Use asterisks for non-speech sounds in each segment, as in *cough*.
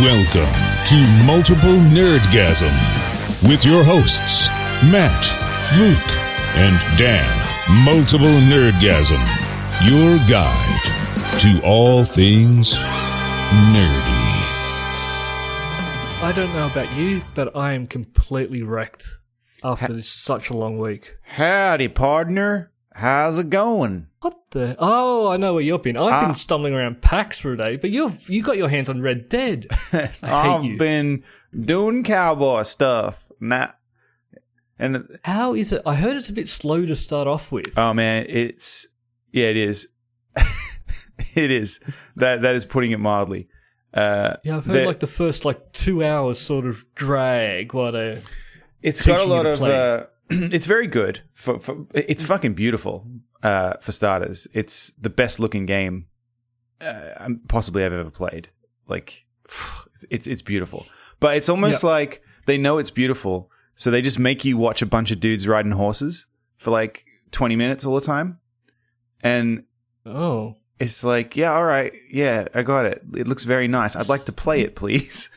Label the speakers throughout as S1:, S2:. S1: Welcome to Multiple Nerdgasm with your hosts, Matt, Luke, and Dan. Multiple Nerdgasm, your guide to all things nerdy.
S2: I don't know about you, but I am completely wrecked after this such a long week.
S3: Howdy, partner. How's it going?
S2: What the? Oh, I know where you've been. I've
S3: Ah.
S2: been stumbling around packs for a day, but you've you got your hands on Red
S3: *laughs*
S2: Dead. I hate
S3: I've
S2: you.
S3: been doing cowboy stuff. Nah. And
S2: How is it? I heard it's a bit slow to start off with.
S3: oh man, it's yeah, it is. *laughs* it is. That that is putting it mildly. Uh
S2: yeah, I've heard
S3: the-
S2: like the first like two hours sort of drag. What a
S3: it's got a
S2: teaching you
S3: lot
S2: to
S3: of
S2: play.
S3: uh *clears throat* it's very good for, for it's fucking beautiful uh for starters. It's the best looking game uh, I'm- possibly I've ever played. Like *sighs* it's it's beautiful. But it's almost
S2: Yeah.
S3: like they know it's beautiful, so they just make you watch a bunch of dudes riding horses for like 20 minutes all the time. And
S2: oh.
S3: it's like, yeah, all right. Yeah, I got it. It looks very nice. I'd like to play it, *laughs* please.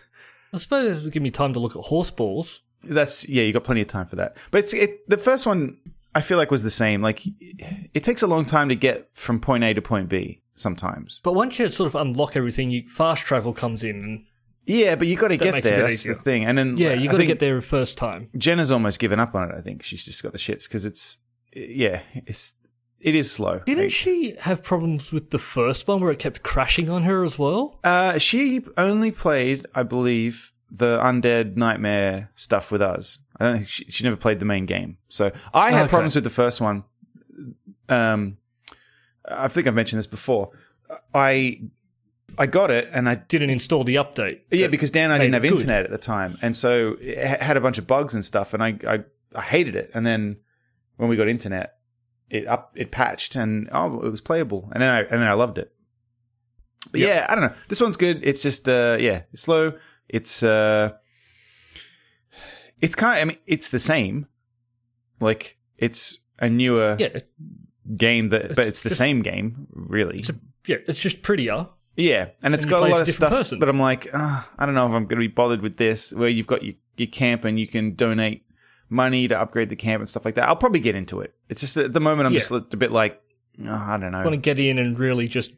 S2: I suppose it would give me time to look at horse balls.
S3: That's yeah, you got plenty of time for that. But it's it, the first one I feel like was the same. Like it takes a long time to get from point A to point B sometimes.
S2: But once you sort of unlock everything, you fast travel comes in, and
S3: Yeah, but you got to get
S2: makes it a
S3: there.
S2: bit
S3: That's
S2: easier.
S3: the thing. And then
S2: yeah, you
S3: I
S2: got to
S3: think
S2: get there first time.
S3: Jenna's almost given up on it. I think she's just got the shits because it's yeah, it's it is slow.
S2: Didn't she have problems with the first one where it kept crashing on her as well?
S3: Uh, she only played, I believe, the Undead Nightmare stuff with us. I don't think she, she never played the main game. So I had
S2: Okay.
S3: problems with the first one. Um, I think I've mentioned this before. I I got it and I
S2: didn't install the update.
S3: yeah because Dan and I didn't
S2: made
S3: have
S2: it good.
S3: internet at the time and so it ha- had a bunch of bugs and stuff and I I, I hated it and then when we got internet it up it patched and oh it was playable and then I and then I loved it. But yeah, I don't know. This one's good. It's just uh yeah, it's slow. It's uh it's kind of, I mean it's the same. Like it's a newer
S2: Yeah, it-
S3: game that but
S2: It's
S3: it's the
S2: just-
S3: same game really.
S2: it's a, yeah, it's just prettier.
S3: Yeah, and it's
S2: And you
S3: got
S2: play
S3: a
S2: as
S3: lot
S2: a
S3: of
S2: different
S3: stuff
S2: person.
S3: that I'm like, "Ah, I don't know if I'm going to be bothered with this. Where you've got your, your camp and you can donate money to upgrade the camp and stuff like that. I'll probably get into it. It's just at the moment I'm
S2: Yeah.
S3: just a bit like, "Ah, I don't know.
S2: I want to get in and really just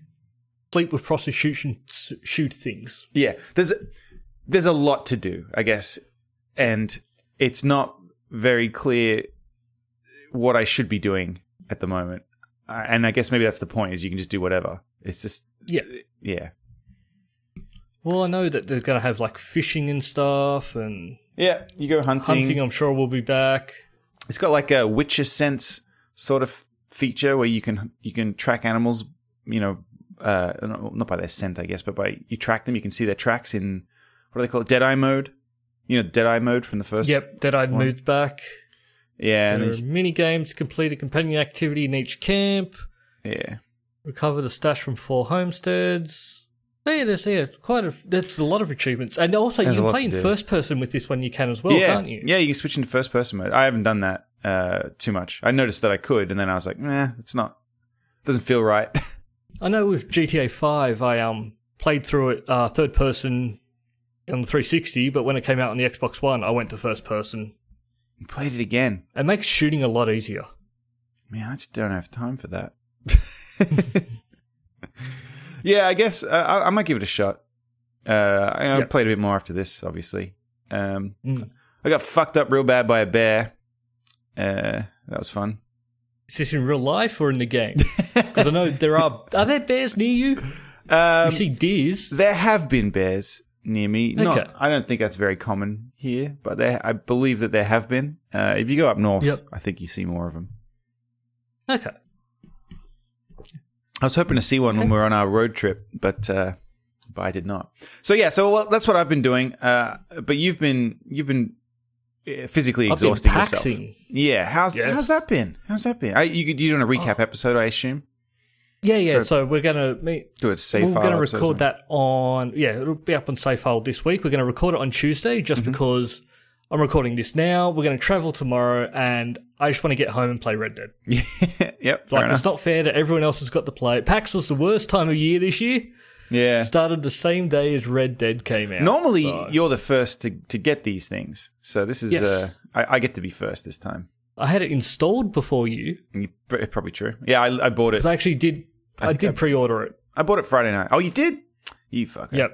S2: sleep with prostitution, s- shoot things.
S3: yeah, there's there's a lot to do, I guess, and it's not very clear what I should be doing at the moment. Uh, and I guess maybe that's the point is you can just do whatever. It's just
S2: Yeah.
S3: yeah.
S2: Well, I know that they're going to have like fishing and stuff and
S3: Yeah, you go
S2: hunting. I'm sure we'll be back.
S3: it's got like a Witcher sense sort of feature where you can you can track animals, you know, uh, not not by their scent, I guess, but by you track them, you can see their tracks in what do they call it, dead eye mode. You know, dead eye mode from the first.
S2: Yep, that I'd moved back.
S3: Yeah. and
S2: There
S3: then
S2: are
S3: you-
S2: mini games, complete a companion activity in each camp,
S3: yeah.
S2: recover the stash from four homesteads. Yeah, there's yeah, quite a that's a lot of achievements, and also
S3: There's a
S2: you can
S3: lot
S2: play
S3: to
S2: in
S3: do.
S2: first person with this one. You can as well,
S3: yeah.
S2: can't you?
S3: Yeah. You can switch into first person mode. I haven't done that uh, too much. I noticed that I could, and then I was like, nah, it's not. Doesn't feel right. *laughs*
S2: I know with GTA Five, I um played through it uh, third person on the 360, but when it came out on the Xbox One, I went to first person.
S3: Played it again.
S2: It makes shooting a lot easier.
S3: Man, I just don't have time for that. *laughs* yeah, I guess uh, I, I might give it a shot. Uh, I, I
S2: Yep.
S3: played a bit more after this, obviously. Um,
S2: Mm.
S3: I got fucked up real bad by a bear. Uh, that was fun.
S2: Is this in real life or in the
S3: *laughs*
S2: game? Because I know there are are there bears near you?
S3: Um,
S2: you see deers.
S3: there have been bears near me.
S2: Okay.
S3: Not, I don't think that's very common here, but there, I believe that there have been. Uh, if you go up north,
S2: Yep.
S3: I think you see more of them.
S2: Okay,
S3: I was hoping to see one when we were on our road trip, but uh, but I did not. So yeah, so well, that's what I've been doing. Uh, but you've been you've been uh, physically
S2: I've been
S3: exhausting yourself.
S2: paxing.
S3: Yeah, how's
S2: Yes. Oh.
S3: how's that been? How's that been? I, you could- you doing a recap episode, I assume.
S2: Yeah, yeah. So we're gonna meet.
S3: Do it safe.
S2: We're
S3: file
S2: going to
S3: episode or
S2: record that on yeah, it'll be up on Safe File this week. We're going to record it on Tuesday just
S3: Mm-hmm.
S2: because I'm recording this now. We're going to travel tomorrow, and I just want to get home and play Red Dead.
S3: something. *laughs* yep. fair
S2: Like,
S3: enough.
S2: it's not fair that everyone else has got to play. it. PAX was the worst time of year this year.
S3: Yeah.
S2: Started the same day as Red Dead came out.
S3: Normally,
S2: so-
S3: you're the first to, to get these things. So this is,
S2: Yes.
S3: uh, I, I get to be first this time.
S2: I had it installed before you
S3: You- pr- Probably true. Yeah, I, I bought it.
S2: because I actually did. I,
S3: think
S2: did pre-order it.
S3: I bought it Friday night. Oh, you did? You fucker.
S2: Yep.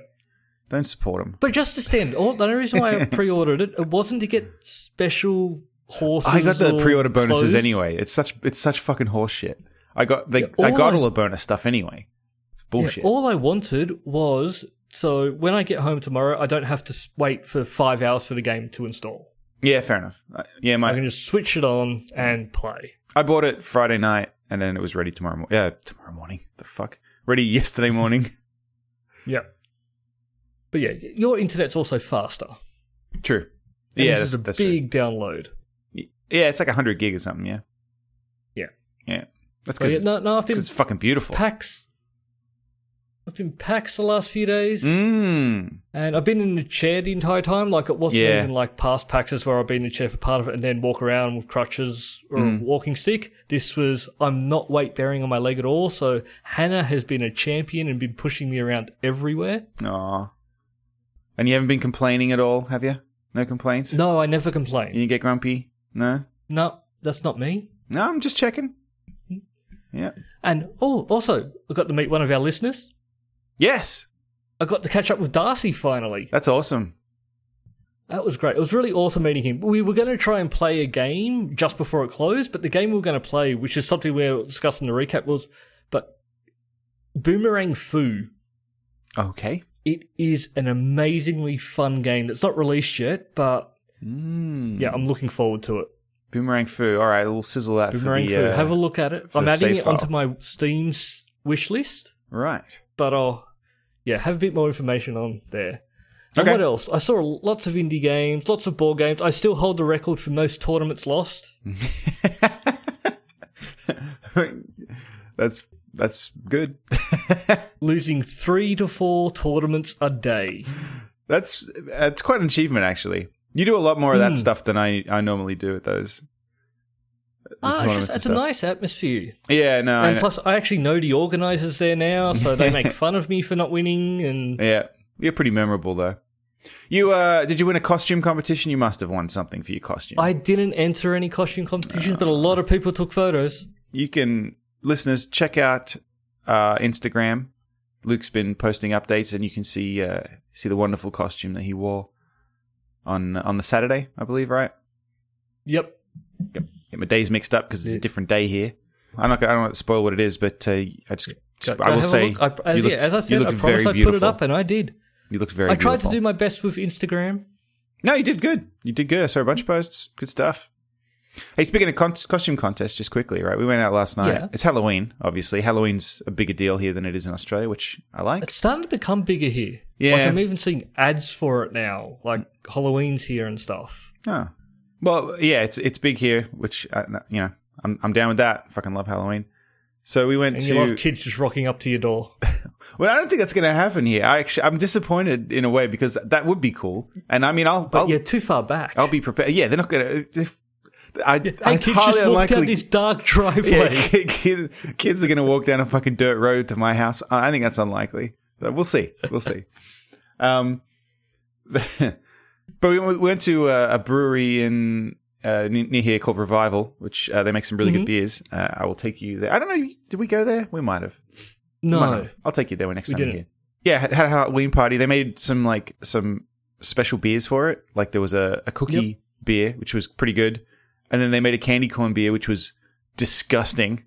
S3: Don't support them.
S2: But just to stand, all, the only reason why I pre-ordered it, it wasn't to get special horses.
S3: I got the
S2: or
S3: pre-order bonuses
S2: clothes.
S3: anyway. It's such it's such fucking horseshit. I got they,
S2: all
S3: I got
S2: I-
S3: all the bonus stuff anyway. It's
S2: Yeah,
S3: bullshit.
S2: all I wanted was so when I get home tomorrow, I don't have to s- wait for five hours for the game to install.
S3: Yeah, fair enough. Uh, Yeah,
S2: I
S3: my
S2: can just switch it on and play.
S3: I bought it Friday night and then it was ready tomorrow. Mo- yeah, tomorrow morning. The fuck, ready yesterday morning. *laughs*
S2: Yeah. But yeah, your internet's also faster.
S3: true.
S2: And this
S3: yeah, that's,
S2: is a
S3: that's
S2: big download.
S3: true. Yeah, it's like hundred gig or something. Yeah,
S2: Yeah.
S3: yeah. That's
S2: So
S3: because
S2: yeah, no, no, I've been
S3: it's fucking beautiful.
S2: PAX. I've been PAX the last few days,
S3: Mm.
S2: and I've been in the chair the entire time. Like it wasn't
S3: Yeah.
S2: even like past PAXs where I've been in the chair for part of it and then walk around with crutches or
S3: Mm.
S2: a walking stick. This was I'm not weight bearing on my leg at all. So Hannah has been a champion and been pushing me around everywhere.
S3: Aw. And you haven't been complaining at all, have you? No complaints.
S2: No, I never complain.
S3: You didn't get grumpy. No.
S2: No, that's not me.
S3: No, I'm just checking.
S2: Mm-hmm.
S3: Yeah.
S2: And oh, also I got to meet one of our listeners.
S3: Yes,
S2: I got to catch up with Darcy finally.
S3: that's awesome.
S2: That was great. It was really awesome meeting him. We were going to try and play a game just before it closed, but the game we were going to play, which is something we were discussing in the recap, was but Boomerang Foo.
S3: Okay.
S2: It is an amazingly fun game that's not released yet, but
S3: Mm.
S2: yeah, I'm looking forward to it.
S3: Boomerang foo. All right, we'll sizzle that
S2: Boomerang
S3: for the.
S2: Foo.
S3: uh,
S2: Have a look at it.
S3: for
S2: I'm
S3: the
S2: adding
S3: save
S2: it onto
S3: file.
S2: my Steam's wish list,
S3: Right. *laughs*
S2: but I'll yeah have a bit more information on there. And
S3: Okay.
S2: What else? I saw lots of indie games, lots of board games. I still hold the record for most tournaments lost.
S3: that's that's good.
S2: losing three to four tournaments a
S3: *laughs*
S2: day.
S3: That's that's quite an achievement actually. You do a lot more of
S2: Mm.
S3: that stuff than I I normally do with those.
S2: Ah, it's, just,
S3: tournaments and
S2: it's a
S3: stuff.
S2: nice atmosphere.
S3: Yeah. No. I
S2: and
S3: know.
S2: plus, I actually know the organisers there now, so they
S3: *laughs*
S2: make fun of me for not winning. And
S3: yeah. You're pretty memorable though. You uh did you win a costume competition? You must have won something for your costume.
S2: I didn't enter any costume competitions,
S3: Ah.
S2: but a lot of people took photos.
S3: you can listeners check out uh, Instagram. Luke's been posting updates, and you can see uh, see the wonderful costume that he wore on on the Saturday, I believe. Right?
S2: Yep.
S3: Get my days mixed up because it's a different day here. I'm not. gonna- I don't want to spoil what it is, but uh, I just.
S2: Go- go
S3: I will
S2: have a
S3: say,
S2: look. I, as,
S3: you looked,
S2: yeah, as I
S3: you
S2: said, I
S3: looked very
S2: promised I'd
S3: beautiful.
S2: put it up, and I did.
S3: You looked very.
S2: I tried
S3: beautiful.
S2: to do my best with Instagram.
S3: No, you did good. You did good. I saw a bunch of posts. Good stuff. Hey, speaking of con- costume contests, just quickly, right? We went out last night.
S2: Yeah.
S3: It's Halloween, obviously. Halloween's a bigger deal here than it is in Australia, which I like.
S2: It's starting to become bigger here. Like
S3: Yeah.
S2: I'm even seeing ads for it now, like Halloween's here and stuff.
S3: Oh. Well, yeah, it's it's big here, which uh, you know, I'm I'm down with that. Fucking love Halloween. So we went
S2: And
S3: to.
S2: you love kids just rocking up to your door.
S3: well, I don't think that's going to happen here. I actually, I'm disappointed in a way because that would be cool. And I mean, I'll
S2: But
S3: I'll,
S2: you're too far back.
S3: I'll be prepared. Yeah, they're not going to. I, I
S2: Hey, kids
S3: highly
S2: just walk down
S3: unlikely.
S2: this dark driveway.
S3: *laughs* Yeah, kid- kid- kids are going to walk down a fucking dirt road to my house. I I think that's unlikely. So we'll see. We'll see. Um, *laughs* but we went- we went to uh, a brewery in uh, ne- near here called Revival, which uh, they make some really
S2: Mm-hmm.
S3: good beers. Uh, I will take you there. I don't know. Did we go there? We might have.
S2: *laughs*
S3: Might
S2: No.
S3: have. I'll take you there when next
S2: We
S3: time you're
S2: didn't.
S3: here. Yeah, had had a Halloween party. They made some like some special beers for it. Like there was a, a cookie
S2: Yep.
S3: beer, which was pretty good, and then they made a candy corn beer, which was disgusting.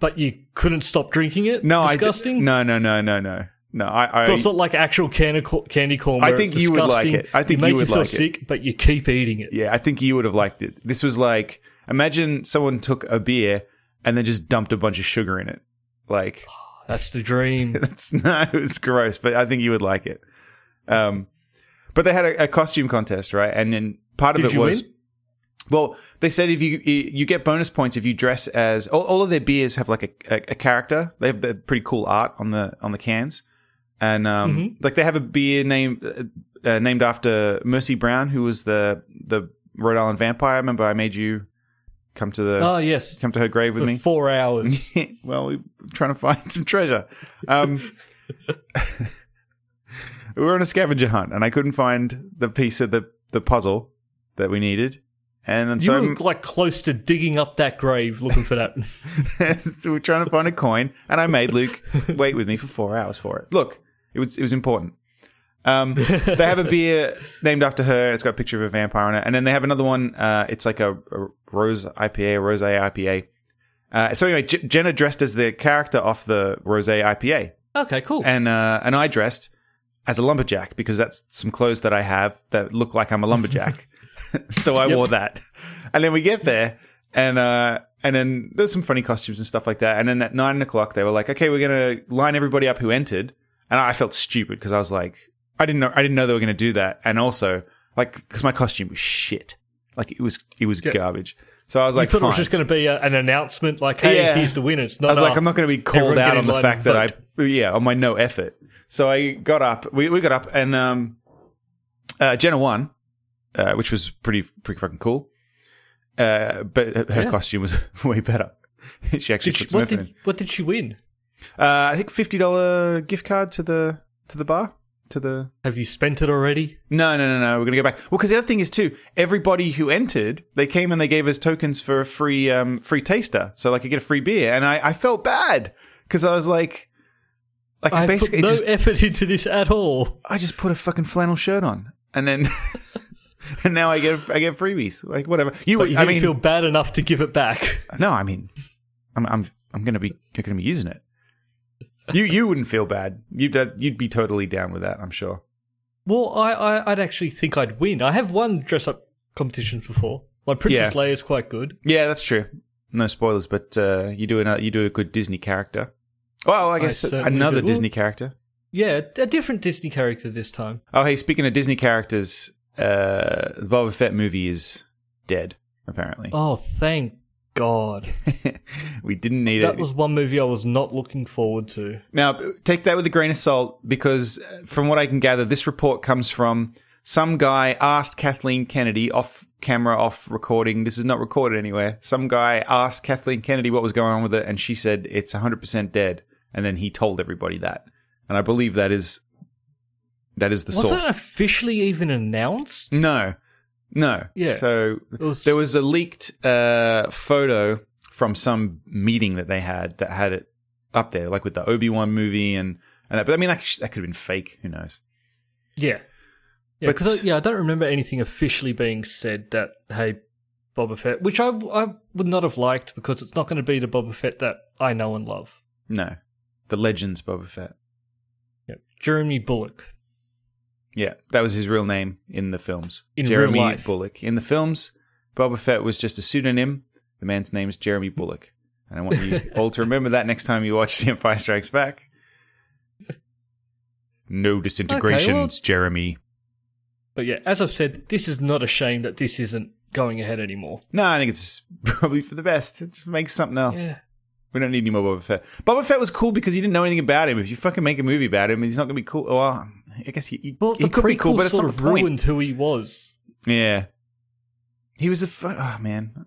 S2: But you couldn't stop drinking it?
S3: No,
S2: disgusting?
S3: I, no, no, no, no, no, no. I, I
S2: So it's not like actual candy, cor- candy corn. Where
S3: I think
S2: it's
S3: you would like
S2: disgusting,
S3: it. I think
S2: you make
S3: you would
S2: yourself
S3: like it.
S2: sick, but you keep eating it.
S3: yeah, I think you would have liked it. This was like imagine someone took a beer and then just dumped a bunch of sugar in it. Like *laughs*
S2: That's the dream.
S3: that's no, it was gross, but I think you would like it. Um, but they had a, a costume contest, right? And then part
S2: Did
S3: of it
S2: you
S3: was
S2: win?
S3: well, they said if you you get bonus points if you dress as all, all of their beers have like a, a, a character. They have the pretty cool art on the on the cans, and um,
S2: Mm-hmm.
S3: like they have a beer named uh, named after Mercy Brown, who was the the Rhode Island vampire. Remember, I made you come to the
S2: Oh,
S3: *laughs*
S2: yes.
S3: come to her grave with
S2: For
S3: me. *laughs*
S2: four hours.
S3: well, we're trying to find some treasure. Um, *laughs* we were on a scavenger hunt, and I couldn't find the piece of the, the puzzle that we needed. And then
S2: You
S3: so
S2: were like close to digging up that grave looking for
S3: *laughs*
S2: that.
S3: we *laughs* were trying to find a coin, and I made Luke wait with me for four hours for it. Look, it was it was important. Um, they have a beer named after her. It's got a picture of a vampire on it, and then they have another one. Uh, it's like a, a rose IPA, a rose IPA. Uh, so anyway, J- Jenna dressed as the character off the rose IPA,
S2: okay, cool.
S3: and uh, and I dressed as a lumberjack because that's some clothes that I have that look like I'm a
S2: *laughs*
S3: lumberjack. so I wore that, and then we get there, and uh, and then there's some funny costumes and stuff like that. And then at nine o'clock, they were like, "Okay, we're gonna line everybody up who entered," and I felt stupid because I was like, I didn't know, I didn't know they were gonna do that, and also like because my costume was shit, like it was it was garbage. So I was
S2: I
S3: like,
S2: thought it was
S3: "Fine."
S2: just going to be a, an announcement like, hey,
S3: Yeah.
S2: here's the winners. Not
S3: I was like,
S2: "Oh,
S3: I'm not going to be called
S2: everyone get
S3: out
S2: in
S3: on the
S2: line
S3: fact
S2: and
S3: that I, yeah, on my no effort. So I got up. We, we got up, and um, uh, Jenna won, uh, which was pretty pretty fucking cool. Uh, but her her
S2: Yeah.
S3: costume was *laughs* way better. she actually
S2: Did she,
S3: put some
S2: what,
S3: effort in.
S2: did, what did she win?
S3: Uh, I think fifty dollar gift card to the to the bar to the.
S2: Have you spent it already?
S3: No, no, no, no. We're gonna go back. Well, because the other thing is too, everybody who entered, they came and they gave us tokens for a free, um, free taster. So like, I get a free beer, and I, I felt bad because I was like,
S2: *laughs*
S3: like
S2: I put
S3: basically
S2: no e-
S3: just,
S2: effort into this at all.
S3: I just put a fucking flannel shirt on, and then, *laughs* and now I get, I get freebies. Like whatever. You,
S2: But you
S3: I
S2: didn't
S3: mean,
S2: feel bad enough to give it back.
S3: no, I mean, I'm, I'm, I'm gonna be, you're gonna be using it. You, you wouldn't feel bad. You'd, uh, you'd be totally down with that. I'm sure.
S2: Well, I, I, I'd actually think I'd win. I have won dress up competitions before. My Princess
S3: Yeah.
S2: Leia is quite good.
S3: Yeah, that's true. No spoilers, but uh, you do an, you do a good Disney character. Well, I guess
S2: certainly
S3: another
S2: do. Well-
S3: Disney character.
S2: Yeah, a different Disney character this time.
S3: Oh, hey, speaking of Disney characters, uh, the Boba Fett movie is dead. Apparently,
S2: Oh, thank God.
S3: we didn't need
S2: That
S3: it.
S2: was one movie I was not looking forward to.
S3: Now, take that with a grain of salt because, uh, from what I can gather, this report comes from some guy asked Kathleen Kennedy off camera, off recording. This is not recorded anywhere. Some guy asked Kathleen Kennedy what was going on with it, and she said it's 100% dead. And then he told everybody that, and I believe that is that is the
S2: Wasn't
S3: source.
S2: it officially even announced?
S3: No, no.
S2: Yeah.
S3: So
S2: was-
S3: there was a leaked uh, photo from some meeting that they had that had it up there, like with the Obi Wan movie and and that. But I mean, that, sh- that could have been fake. Who knows?
S2: Yeah. Yeah,
S3: But-
S2: 'cause I, yeah, I don't remember anything officially being said that, hey, Boba Fett, which I, I would not have liked because it's not going to be the Boba Fett that I know and love.
S3: No, the Legends Boba Fett.
S2: Yep. Jeremy Bullock.
S3: Yeah, that was his real name in the films.
S2: In real
S3: Jeremy
S2: life.
S3: Bullock. In the films, Boba Fett was just a pseudonym. The man's name is Jeremy Bullock, and I want
S2: *laughs*
S3: you all to remember that next time you watch The Empire Strikes Back. No disintegrations, Jeremy.
S2: But yeah, as I've said, this is not a shame that this isn't going ahead anymore.
S3: No, I think it's *laughs* probably for the best. Just make something else.
S2: Yeah.
S3: We don't need any more Boba Fett. Boba Fett was cool because you didn't know anything about him. If you fucking make a movie about him, he's not going to be cool. Well, I guess he, he,
S2: Well,
S3: he
S2: the
S3: could be
S2: prequel
S3: cool, but it's
S2: sort
S3: not
S2: of
S3: the point.
S2: ruined who he was.
S3: Yeah. He was a fu- oh man.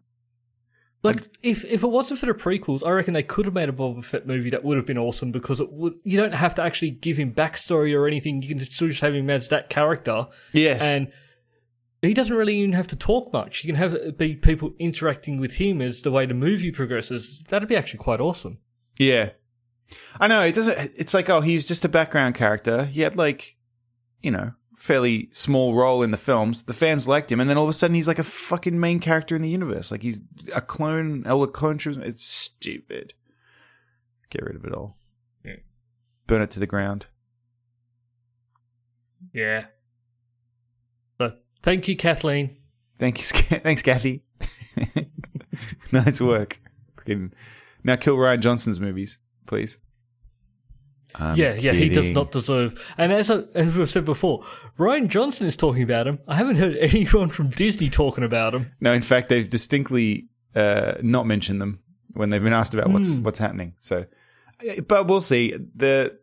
S2: Like, if, if it wasn't for the prequels, I reckon they could have made a Boba Fett movie that would have been awesome because it would. You don't have to actually give him backstory or anything. You can still just have him as that character,
S3: Yes.
S2: and he doesn't really even have to talk much. You can have it be people interacting with him as the way the movie progresses. That'd be actually quite awesome.
S3: yeah. I know it doesn't. It's like oh, he's just a background character. He had like, you know, fairly small role in the films. The fans liked him, and then all of a sudden he's like a fucking main character in the universe. Like he's a clone, Elder clone troops. It's stupid. Get rid of it all.
S2: Yeah.
S3: Burn it to the ground.
S2: Yeah. So, thank you, Kathleen.
S3: Thank you. Sc- *laughs* Thanks, Kathy. nice work. Fucking- Now kill Ryan Johnson's movies, please.
S2: yeah, yeah, he does not deserve. And as, I, as we've said before, Ryan Johnson is talking about him. I haven't heard *laughs* anyone from Disney talking about him.
S3: No, in fact, they've distinctly uh, not mentioned them when they've been asked about what's
S2: Hmm.
S3: what's happening. So, uh, but we'll see. The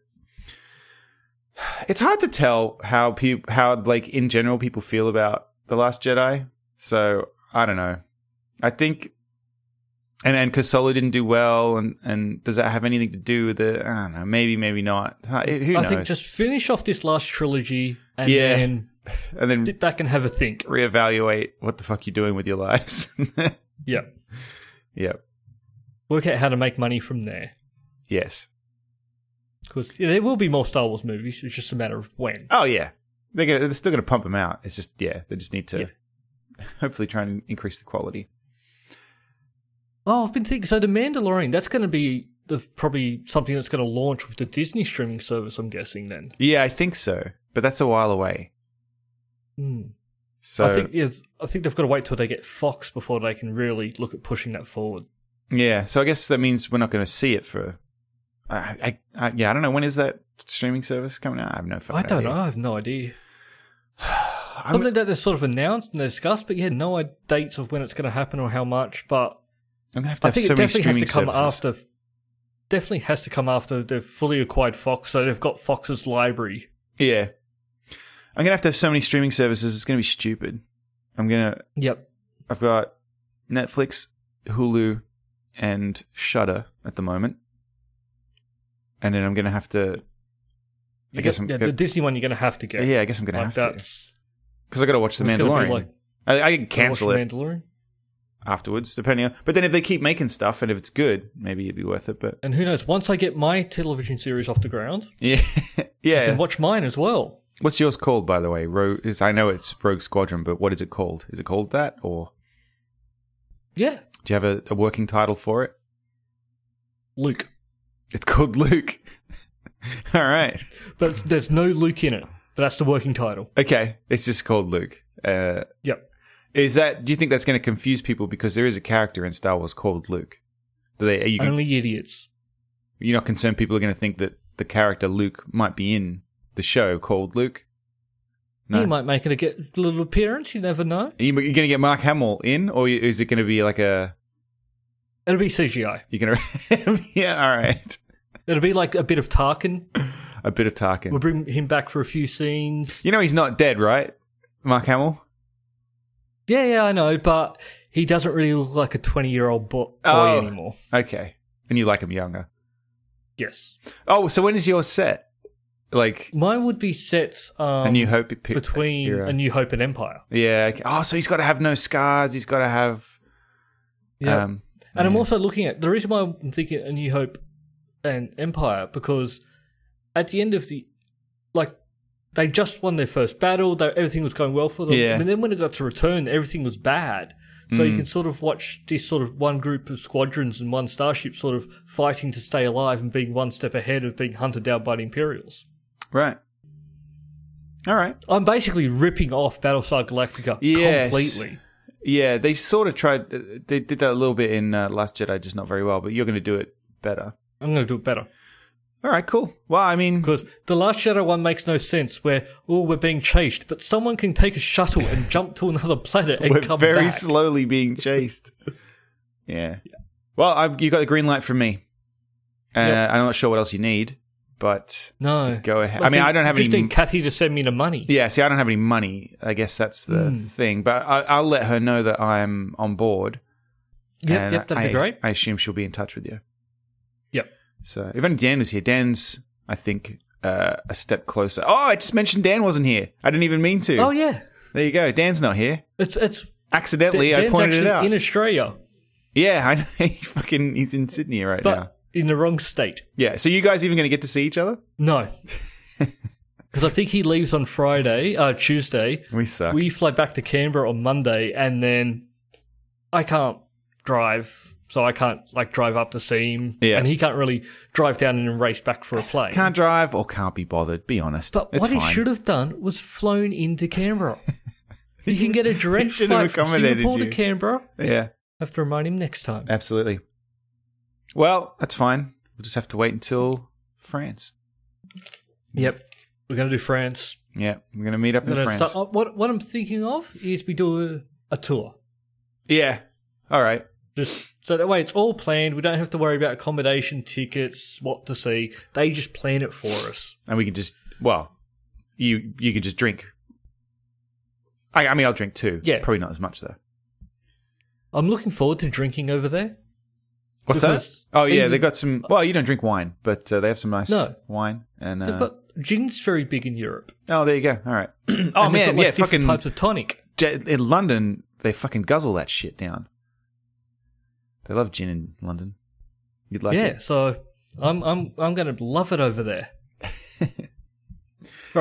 S3: it's hard to tell how people how like in general people feel about the Last Jedi. So I don't know. I think and and because Solo didn't do well, and and does that have anything to do with it? I don't know. Maybe, maybe not. Huh, Who knows?
S2: I think just finish off this last trilogy and
S3: Yeah.
S2: then
S3: and then
S2: sit back and have a think.
S3: reevaluate what the fuck you're doing with your *laughs* lives.
S2: Yeah.
S3: yep.
S2: Work out how to make money from there.
S3: Yes.
S2: Because there will be more Star Wars movies. It's just a matter of when.
S3: Oh yeah. They're gonna, they're still going to pump them out. It's just yeah, they just need to *laughs* hopefully try and increase the quality.
S2: Oh, I've been thinking. So the Mandalorian, that's going to be the, probably something that's going to launch with the Disney streaming service. I'm guessing then.
S3: Yeah, I think so. But that's a while away.
S2: Hmm.
S3: So
S2: I think yeah, I think they've got to wait till they get Fox before they can really look at pushing that forward.
S3: yeah, so I guess that means we're not going to see it for. I, I, I yeah, I don't know when is that streaming service coming out. I have no fucking.
S2: I don't
S3: idea.
S2: know. I have no idea.
S3: I'm-
S2: Something that they've sort of announced and discussed, but yeah, no i- dates of when it's going to happen or how much. But
S3: I'm gonna have to
S2: I
S3: have
S2: think
S3: so
S2: it
S3: many
S2: definitely has
S3: streaming
S2: to come
S3: services.
S2: after. Definitely has to come after they've fully acquired Fox, so they've got Fox's library.
S3: Yeah, I'm gonna have to have so many streaming services. It's gonna be stupid. I'm gonna.
S2: Yep.
S3: I've got Netflix, Hulu, and Shudder at the moment, and then I'm gonna have to. I
S2: You
S3: guess
S2: get-
S3: I'm-
S2: yeah, the Disney one you're going to have to
S3: Yeah,
S2: get.
S3: I guess I'm gonna
S2: like
S3: have to
S2: that's
S3: because I gotta watch the
S2: it's gonna
S3: Mandalorian.
S2: be like
S3: I, I can cancel
S2: watch
S3: it
S2: Mandalorian.
S3: afterwards, depending on. But then if they keep making stuff and if it's good, maybe it'd be worth it. But *laughs*
S2: And who knows? Once I get my television series off the ground,
S3: yeah,
S2: I
S3: yeah.
S2: can watch mine as well.
S3: What's yours called, by the way? Rogue. Is, I know it's Rogue Squadron, but what is it called? Is it called that, or
S2: Yeah,
S3: do you have a, a working title for it?
S2: Luke.
S3: It's called *laughs* Luke. All right.
S2: But it's- there's no Luke in it. But that's the working title.
S3: Okay. It's just called Luke. Uh,
S2: Yep.
S3: is that? Do you think that's going to confuse people because there is a character in Star Wars called Luke? Do they, are you
S2: Only idiots.
S3: you're not concerned people are going to think that the character Luke might be in the show called Luke? No.
S2: He might make it a get, little appearance. You never know.
S3: Are you going to get Mark Hamill in, or is it going to be like a?
S2: It'll be CGI.
S3: You're going to? *laughs* yeah. All right.
S2: It'll be like a bit of Tarkin.
S3: A bit of
S2: We'll
S3: Tarkin.
S2: bring him back for a few scenes.
S3: You know he's not dead, right? Mark Hamill.
S2: Yeah, yeah, I know. But he doesn't really look like a 20 year old bo- boy
S3: Oh.
S2: anymore.
S3: Okay. And you like him younger.
S2: Yes.
S3: Oh, so when is yours set? Like
S2: Mine would be set um,
S3: A New Hope it pi-
S2: between
S3: era.
S2: A New Hope and Empire.
S3: yeah. okay. Oh, so he's got to have no scars. He's got to have.
S2: Yeah.
S3: Um,
S2: And I'm also looking at the reason why I'm thinking A New Hope and Empire because at the end of the like they just won their first battle, though everything was going well for them.
S3: Yeah. Mm.
S2: And then when it got to return, everything was bad. So you can sort of watch this sort of one group of squadrons and one starship sort of fighting to stay alive and being one step ahead of being hunted down by the Imperials.
S3: right. All right.
S2: I'm basically ripping off Battlestar Galactica
S3: Yes.
S2: completely.
S3: Yeah, they sort of tried. uh, They did that a little bit in uh, Last Jedi, just not very well. But you're going to do it better.
S2: I'm going to do it better.
S3: All right, cool. Well, I mean,
S2: Because the Last Shadow one makes no sense where, oh, we're being chased, but someone can take a shuttle and jump to another planet and
S3: we're
S2: come
S3: very
S2: back.
S3: slowly being
S2: *laughs*
S3: chased. yeah. Well, I've, you got the green light from me. Uh,
S2: Yep.
S3: I'm not sure what else you need, but
S2: no.
S3: go ahead. I mean, I don't have
S2: just
S3: any-
S2: need Kathy to send me the money.
S3: yeah. See, I don't have any money. I guess that's the
S2: Hmm.
S3: thing. But I, I'll let her know that I'm on board.
S2: Yep,
S3: and
S2: yep, that'd
S3: I-
S2: be great.
S3: I assume she'll be in touch with you.
S2: Yep.
S3: So if only Dan was here, Dan's I think uh, a step closer. Oh, I just mentioned Dan wasn't here. I didn't even mean to.
S2: Oh yeah,
S3: There you go. Dan's not here.
S2: it's it's. Dan-
S3: Accidentally, I
S2: Dan's
S3: pointed it
S2: actually
S3: out.
S2: in Australia,
S3: yeah, I know. *laughs* he fucking he's in Sydney right
S2: but
S3: now.
S2: in the wrong state.
S3: Yeah. So you guys even going to get to see each other? *laughs*
S2: No, *laughs* because I think he leaves on Friday, uh, Tuesday.
S3: We suck.
S2: We fly back to Canberra on Monday, and then I can't drive, so I can't like drive up to see him,
S3: Yeah.
S2: and he can't really drive down and then race back for a plane.
S3: can't drive or can't be bothered. Be honest.
S2: But
S3: it's
S2: what
S3: fine.
S2: he should have done was flown into
S3: *laughs*
S2: Canberra. you can get a direct
S3: should have
S2: flight from
S3: accommodated
S2: Singapore
S3: you.
S2: to Canberra.
S3: yeah.
S2: Have to remind him next time.
S3: Absolutely. Well, that's fine. We'll just have to wait until France.
S2: Yep, we're gonna do France.
S3: Yeah, we're going to meet up in
S2: We're gonna
S3: France.
S2: start- uh, what what I'm thinking of is we do a, a tour,
S3: Yeah. All right.
S2: just so that way it's all planned. We don't have to worry about accommodation, tickets, what to see. They just plan it for us.
S3: and we can just well, you you can just drink. I, I mean, I'll drink too.
S2: Yeah.
S3: probably not as much though.
S2: I'm looking forward to drinking over there.
S3: What's
S2: Because
S3: that? Oh yeah,
S2: even-
S3: they got some. Well, you don't drink wine, but uh, they have some nice
S2: No.
S3: wine. And uh,
S2: They've got gin's very big in Europe.
S3: oh, there you go.
S2: *clears throat*
S3: All right. oh
S2: And they've got,
S3: man,
S2: like,
S3: yeah,
S2: different
S3: fucking
S2: types of tonic.
S3: J- in London, they fucking guzzle that shit down. They love gin in London. You'd like
S2: yeah,
S3: it.
S2: so I'm I'm I'm going to love it over
S3: *laughs*
S2: there. All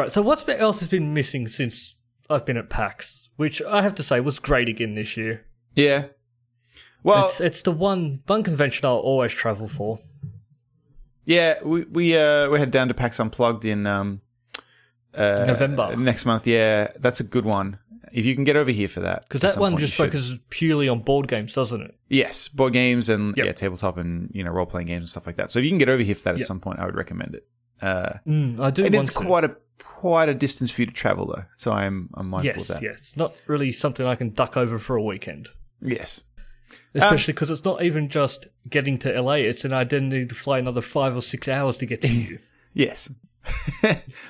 S2: right. So what's been, else has been missing since I've been at PAX, which I have to say was great again this year.
S3: Yeah. Well,
S2: it's it's the one one convention I'll always travel for.
S3: yeah, we we uh we head down to PAX Unplugged in um uh,
S2: November.
S3: next month. Yeah, that's a good one. If you can get over here for that,
S2: Because
S3: at
S2: that
S3: some
S2: one
S3: point, you
S2: just
S3: should.
S2: focuses purely on board games, doesn't it?
S3: Yes, board games and
S2: Yep.
S3: yeah, tabletop and you know role playing games and stuff like that. So if you can get over here for that
S2: Yep.
S3: at some point, I would recommend it. Uh,
S2: Mm, I do.
S3: it
S2: want
S3: is
S2: to.
S3: quite a quite a distance for you to travel though, so I'm I'm mindful of
S2: yes,
S3: that.
S2: yes. It's Not really something I can duck over for a weekend,
S3: Um, Yes,
S2: especially because it's not even just getting to LA. It's an identity to fly another five or six hours to get to
S3: *laughs*
S2: you.
S3: yes.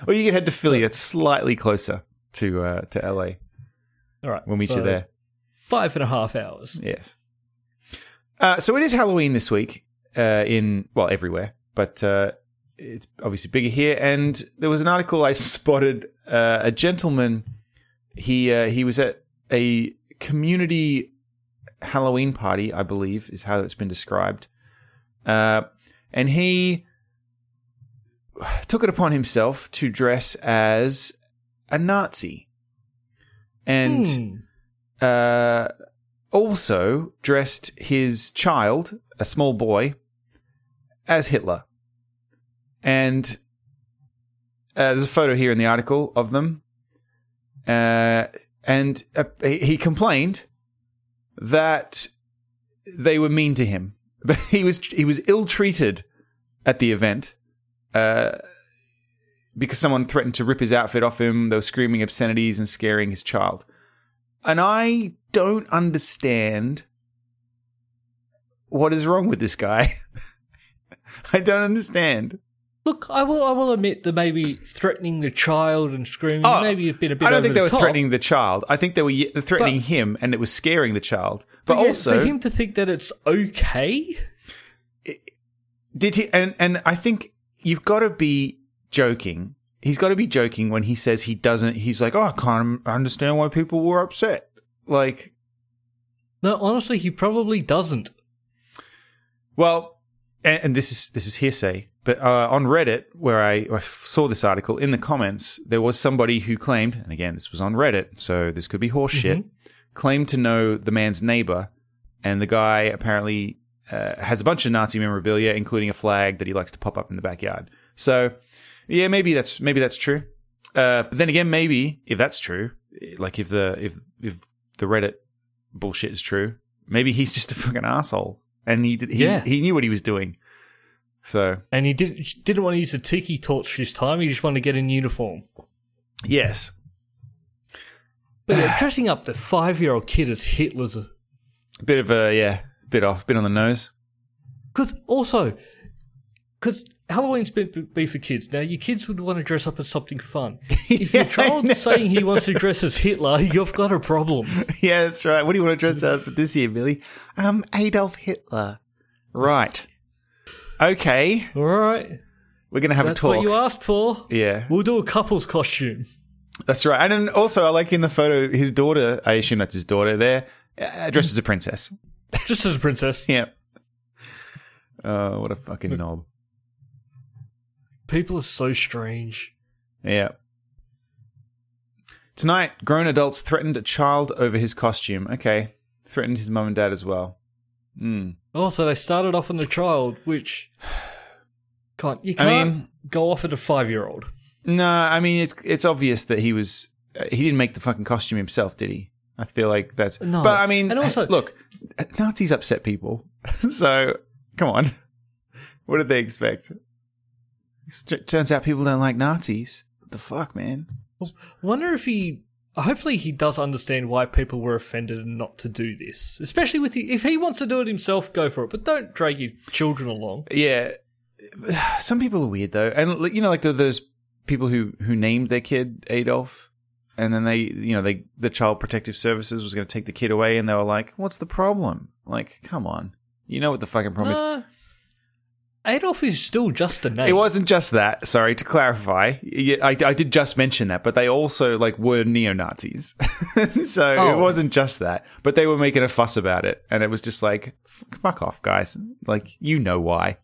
S3: or you can head to Philly. It's slightly closer to uh, to LA.
S2: All right,
S3: We'll meet
S2: so
S3: you there.
S2: Five and a half hours.
S3: Yes. Uh, so it is Halloween this week uh, in well everywhere, but uh, it's obviously bigger here. And there was an article I *laughs* spotted. Uh, a gentleman, he uh, he was at a community Halloween party, I believe, is how it's been described. Uh, and he took it upon himself to dress as a Nazi, and
S2: Hmm.
S3: uh, also dressed his child, a small boy, as Hitler. And uh, there's a photo here in the article of them. Uh, and uh, he he complained that they were mean to him. *laughs* But he was he was ill treated at the event uh, because someone threatened to rip his outfit off him. They were screaming obscenities and scaring his child. And I don't understand what is wrong with this guy. *laughs* I don't understand.
S2: Look, I will. I will admit that maybe threatening the child and screaming
S3: Oh,
S2: maybe a bit a bit.
S3: I don't
S2: over
S3: think
S2: the
S3: they were
S2: top,
S3: threatening the child. I think they were ye- threatening
S2: But-
S3: him and it was scaring the child. But,
S2: But yet
S3: also,
S2: for him to think that it's okay.
S3: did he and and I think you've got to be joking. He's got to be joking when he says he doesn't. He's like, "Oh, I can't understand why people were upset." Like,
S2: No, honestly, he probably doesn't.
S3: Well, and, and this is this is hearsay, but uh, on Reddit, where I, I saw this article in the comments, there was somebody who claimed, and again, this was on Reddit, so this could be horseshit, claimed to know the man's neighbor, and the guy apparently uh, has a bunch of Nazi memorabilia, including a flag that he likes to pop up in the backyard. So, yeah, maybe that's maybe that's true. Uh, but then again, maybe if that's true, like if the if if the Reddit bullshit is true, maybe he's just a fucking asshole, and he did, he
S2: Yeah.
S3: he knew what he was doing. So
S2: And he didn't didn't want to use the tiki torch this time. He just wanted to get in uniform.
S3: yes,
S2: But yeah, dressing up the five year old kid as Hitler's.
S3: a bit of a yeah, bit off, bit on the nose.
S2: Because also, because Halloween's meant to be for kids. Now, your kids would want to dress up as something
S3: *laughs*
S2: fun. If your
S3: Yeah, I
S2: child's saying he wants to dress as
S3: *laughs*
S2: Hitler, you've got a problem.
S3: yeah, that's right. What do you want to dress up for this year, Billy? Um, Adolf Hitler. Right. Okay,
S2: All right.
S3: we're gonna have
S2: That's
S3: a talk.
S2: what you asked for.
S3: yeah,
S2: We'll do a couple's costume.
S3: That's right. And then also, I like in the photo, his daughter, I assume that's his daughter there, uh, dressed as a princess.
S2: Just as a
S3: *laughs*
S2: princess.
S3: Yeah. Oh, what a fucking knob.
S2: People are so strange.
S3: Yeah. Tonight, grown adults threatened a child over his costume. Okay. Threatened his mum and dad as well. Hmm.
S2: Also, they started off on the child, which *sighs* can't you
S3: I
S2: can't
S3: mean-
S2: go off at a five year old.
S3: No, I mean, it's it's obvious that he was. Uh, he didn't make the fucking costume himself, did he? I feel like that's.
S2: No.
S3: But I mean,
S2: And also-
S3: *laughs* look, Nazis upset people. *laughs* so, come on. What did they expect? St- turns out people don't like Nazis. What the fuck, man?
S2: Wonder if he. Hopefully, he does understand why people were offended and not to do this. Especially with the, if he wants to do it himself, go for it. But don't drag your children along.
S3: Yeah. Some people are weird though, and like, you know, like the, those people who who named their kid Adolf, and then they, you know, they the Child Protective Services was going to take the kid away, and they were like, "What's the problem?" Like, come on, You know what the fucking problem is.
S2: No. Adolf is still just a name.
S3: It wasn't just that. Sorry to clarify. Y- I, I did just mention that, but they also like were neo Nazis, *laughs* so it
S2: Oh.
S3: wasn't just that. But they were making a fuss about it, and it was just like, "F- fuck off, guys. Like you
S2: *laughs*
S3: know why.